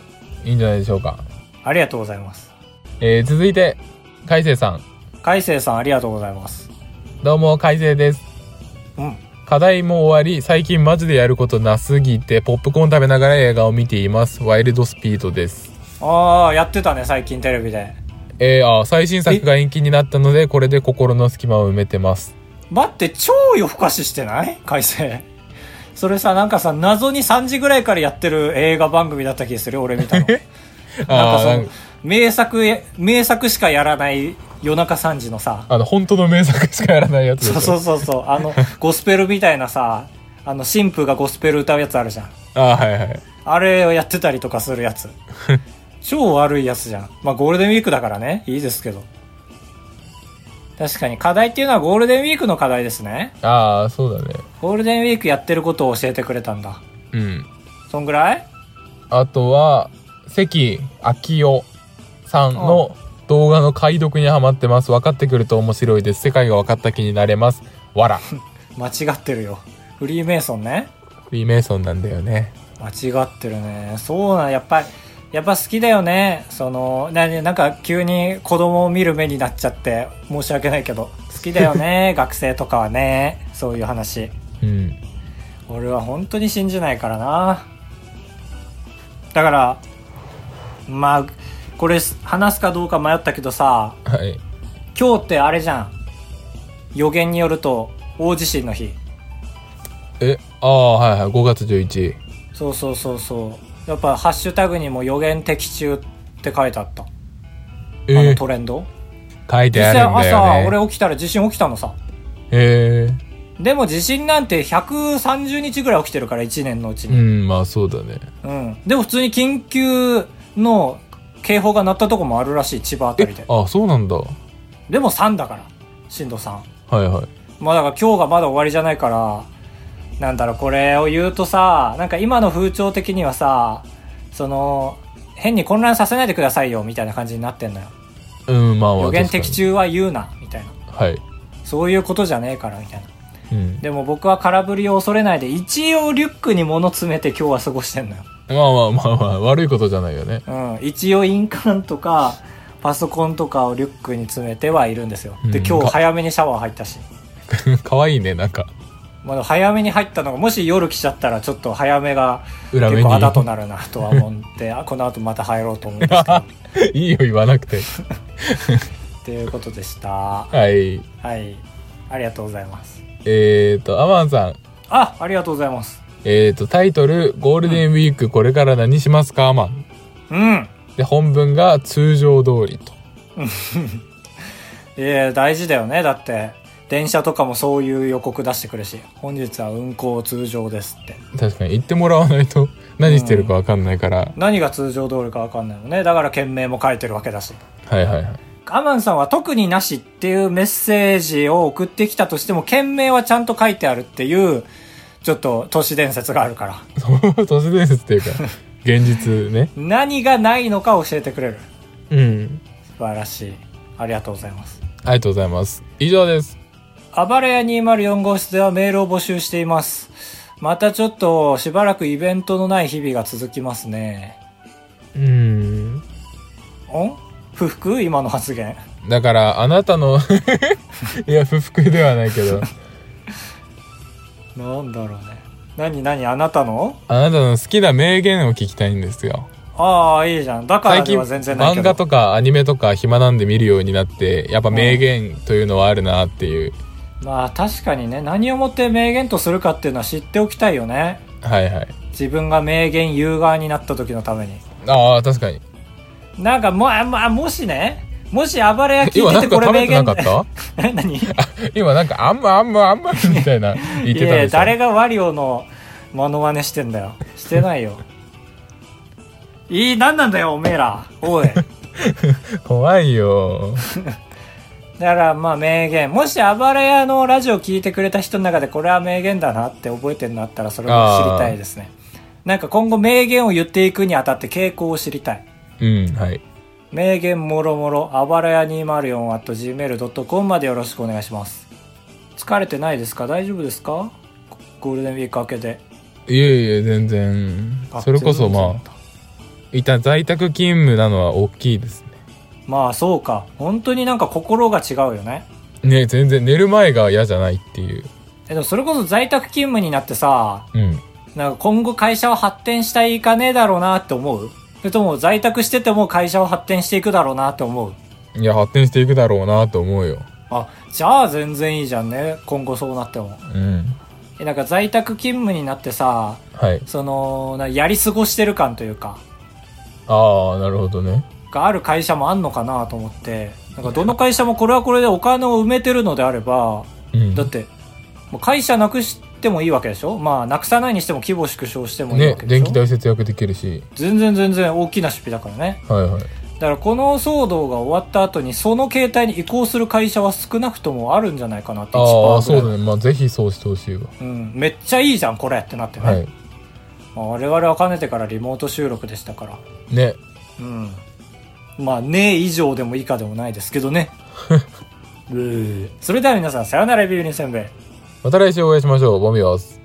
Speaker 2: う
Speaker 1: いいんじゃないでしょうか、
Speaker 2: ありがとうございます。
Speaker 1: えー、続いて海星さん
Speaker 2: 海星さんありがとうございます。
Speaker 1: どうも海星です
Speaker 2: うん。
Speaker 1: 課題も終わり最近マジでやることなすぎてポップコーン食べながら映画を見ていますワイルドスピードです
Speaker 2: ああ、やってたね、最近テレビで。
Speaker 1: えー、あー最新作が延期になったのでこれで心の隙間を埋めてます
Speaker 2: 待って、超夜更かししてない改正。それさ、なんかさ、謎に3時ぐらいからやってる映画番組だった気がするよ俺見たの。なんか
Speaker 1: あー
Speaker 2: そ
Speaker 1: なん
Speaker 2: の
Speaker 1: か、
Speaker 2: 名作や、名作しかやらない夜中3時のさ、
Speaker 1: あの本当の名作しかやらないやつでしょ
Speaker 2: そうそうそうそう、あの、ゴスペルみたいなさ、あの、神父がゴスペル歌うやつあるじゃん。
Speaker 1: あーはいはい
Speaker 2: あれをやってたりとかするや つ。超悪いやつじゃん。まあゴールデンウィークだからね、いいですけど。確かに課題っていうのはゴールデンウィークの課題ですね。
Speaker 1: ああそうだね
Speaker 2: ゴールデンウィークやってることを教えてくれたんだ。
Speaker 1: うん
Speaker 2: そんぐらい
Speaker 1: あとは関昭夫さんの動画の解読にハマってます分かってくると面白いです世界が分かった気になれますわ らフ
Speaker 2: 間違ってるよ。フリーメイソンね。
Speaker 1: リーメイソンなんだよね
Speaker 2: 間違ってるね。そうなん、やっぱり、やっぱ好きだよね。その、な、なんか急に子供を見る目になっちゃって、申し訳ないけど。好きだよね。学生とかはね。そういう話。
Speaker 1: うん
Speaker 2: 俺は本当に信じないからな。だから、まあ、これ話すかどうか迷ったけどさ、
Speaker 1: はい
Speaker 2: 今日ってあれじゃん予言によると大地震の日
Speaker 1: えああはいはい5月11
Speaker 2: そうそうそうそうやっぱハッシュタグにも予言的中って書いてあった、
Speaker 1: え
Speaker 2: あの
Speaker 1: ー
Speaker 2: トレンド
Speaker 1: 書いて
Speaker 2: 実
Speaker 1: あ
Speaker 2: 際
Speaker 1: るんだ
Speaker 2: 朝
Speaker 1: よね
Speaker 2: 俺起きたら地震起きたのさ
Speaker 1: え
Speaker 2: でも地震なんて130日ぐらい起きてるから1年のうち
Speaker 1: ー、う
Speaker 2: に、
Speaker 1: んまあそうだね
Speaker 2: うんでも普通に緊急の警報が鳴ったとこもあるらしい千葉あたり
Speaker 1: え
Speaker 2: で
Speaker 1: あそうなんだは
Speaker 2: でも3だから震度3
Speaker 1: いはい
Speaker 2: まあだから今日がまだ終わりじゃないから、なんだろう、これを言うとさ、なんか今の風潮的にはさ、その、変に混乱させないでくださいよ、みたいな感じになってんのよ。
Speaker 1: うんまあまあ
Speaker 2: 予言
Speaker 1: 確かに
Speaker 2: 的中は言うな、みたいな。
Speaker 1: はい、
Speaker 2: そういうことじゃねえから、みたいな。
Speaker 1: うん、
Speaker 2: でも僕は空振りを恐れないで、一応リュックに物詰めて今日は過ごしてんのよ。
Speaker 1: まあまあまあまあ悪いことじゃないよね
Speaker 2: うん。一応印鑑とか、パソコンとかをリュックに詰めてはいるんですよ。で、
Speaker 1: うん
Speaker 2: 今日
Speaker 1: か
Speaker 2: 早めにシャワー入ったし。
Speaker 1: 可愛いねなんか
Speaker 2: まあ、早めに入ったのが、もし夜来ちゃったらちょっと早めが
Speaker 1: 裏目
Speaker 2: 結
Speaker 1: に
Speaker 2: 構あだとなるなとは 思って、あこの後また入ろうと思うんですけど、っ
Speaker 1: いいよ言わなくて
Speaker 2: ていうことでした。は
Speaker 1: はい
Speaker 2: い。ありがとうございます。
Speaker 1: えー、とアマンさん
Speaker 2: あ、ありがとうございます。
Speaker 1: えー、とタイトル「ゴールデンウィークこれから何しますかアマン
Speaker 2: うん。」
Speaker 1: で本文が「通常通り」と
Speaker 2: いえ、大事だよね。だって、電車とかもそういう予告出してくるし、本日は運行通常ですって。
Speaker 1: 確かに行ってもらわないと 何してるかわかんないから、
Speaker 2: 何が通常通りかわかんないのね。だから件名も書いてるわけだし。
Speaker 1: はいはいはい
Speaker 2: アマンさんは特になしっていうメッセージを送ってきたとしても、件名はちゃんと書いてあるっていう、ちょっと都市伝説があるから。
Speaker 1: そう 都市伝説っていうか現実ね
Speaker 2: 何がないのか教えてくれる。
Speaker 1: うん
Speaker 2: 素晴らしい。ありがとうございます。
Speaker 1: ありがとうございます以上です
Speaker 2: 暴れ屋204号室ではメールを募集しています。またちょっとしばらくイベントのない日々が続きますね。
Speaker 1: うん
Speaker 2: ん不服今の発言。
Speaker 1: だからあなたの いや不服ではないけど
Speaker 2: なんだろうね。何何あなたの
Speaker 1: あなたの好きな名言を聞きたいんですよ
Speaker 2: ああ、いいじゃん。だから
Speaker 1: 最
Speaker 2: で
Speaker 1: 近
Speaker 2: は全然ないけ
Speaker 1: 漫
Speaker 2: ど。
Speaker 1: 画とかアニメとか暇なんで見るようになってやっぱ名言というのはあるなっていう、
Speaker 2: まあ確かにね、何をもって名言とするかっていうのは知っておきたいよね。
Speaker 1: はいはい
Speaker 2: 自分が名言言う側になった時のために。
Speaker 1: ああ確かに
Speaker 2: なんかもう、あまあ、もしね、もし暴れ屋聞
Speaker 1: 今
Speaker 2: い
Speaker 1: な
Speaker 2: てて
Speaker 1: んか
Speaker 2: これ
Speaker 1: 食
Speaker 2: 名
Speaker 1: べて
Speaker 2: 言
Speaker 1: なかった
Speaker 2: え 何
Speaker 1: 今なんかあんまあんまあんまみたいな言ってたんです
Speaker 2: い
Speaker 1: よ
Speaker 2: やいや誰がワリオのモノマネしてんだよしてないよいい何なんだよおめえらおいだ
Speaker 1: 怖いよ
Speaker 2: からまあ名言もし暴れ屋のラジオ聞いてくれた人の中でこれは名言だなって覚えてるのあったらそれも知りたいですねなんか今後名言を言っていくにあたって傾向を知りたい
Speaker 1: うんはい
Speaker 2: 名言もろもろあばらや 204.gmail.com までよろしくお願いします疲れてないですか大丈夫ですかゴールデンウィーク明けで
Speaker 1: いやいや全然それこそまあ
Speaker 2: あ
Speaker 1: いた在宅勤務なのは大きいですね
Speaker 2: まあそうか本当になんか心が違うよね
Speaker 1: ね全然寝る前が嫌じゃないっていう
Speaker 2: えでもそれこそ在宅勤務になってさ
Speaker 1: うん
Speaker 2: なんか今後会社は発展したいかねえだろうなって思うそれとも在宅してても会社は発展していくだろうなって思う
Speaker 1: いや発展していくだろうなと思うよ
Speaker 2: あじゃあ全然いいじゃんね今後そうなっても
Speaker 1: うん
Speaker 2: えなんか在宅勤務になってさ
Speaker 1: はい
Speaker 2: そのなやり過ごしてる感というか
Speaker 1: ああなるほどね
Speaker 2: がある会社もあんのかなと思ってなんかどの会社もこれはこれでお金を埋めてるのであれば
Speaker 1: うん
Speaker 2: だって、もう会社なくしてもいいわけでしょまあ、なくさないにしても規模縮小してもいい
Speaker 1: ね
Speaker 2: わけでし
Speaker 1: 電
Speaker 2: ょ、
Speaker 1: 気代節約できるし
Speaker 2: 全然全然大きな出費だからね。
Speaker 1: はいはい
Speaker 2: だからこの騒動が終わった後に、その形態に移行する会社は少なくともあるんじゃないかなって、
Speaker 1: ああ
Speaker 2: ぐら
Speaker 1: そ
Speaker 2: いう
Speaker 1: だねまあぜひそうしてほしいわ
Speaker 2: うん、めっちゃいいじゃん、これってなってね。
Speaker 1: はい
Speaker 2: まあ我々はかねてからリモート収録でしたから。
Speaker 1: ね
Speaker 2: うん。まあ、ねえ以上でも以下でもないですけど ね。うーそれでは皆さん、さよならビビリンせんべい。
Speaker 1: また来週お会いしましょうボミオス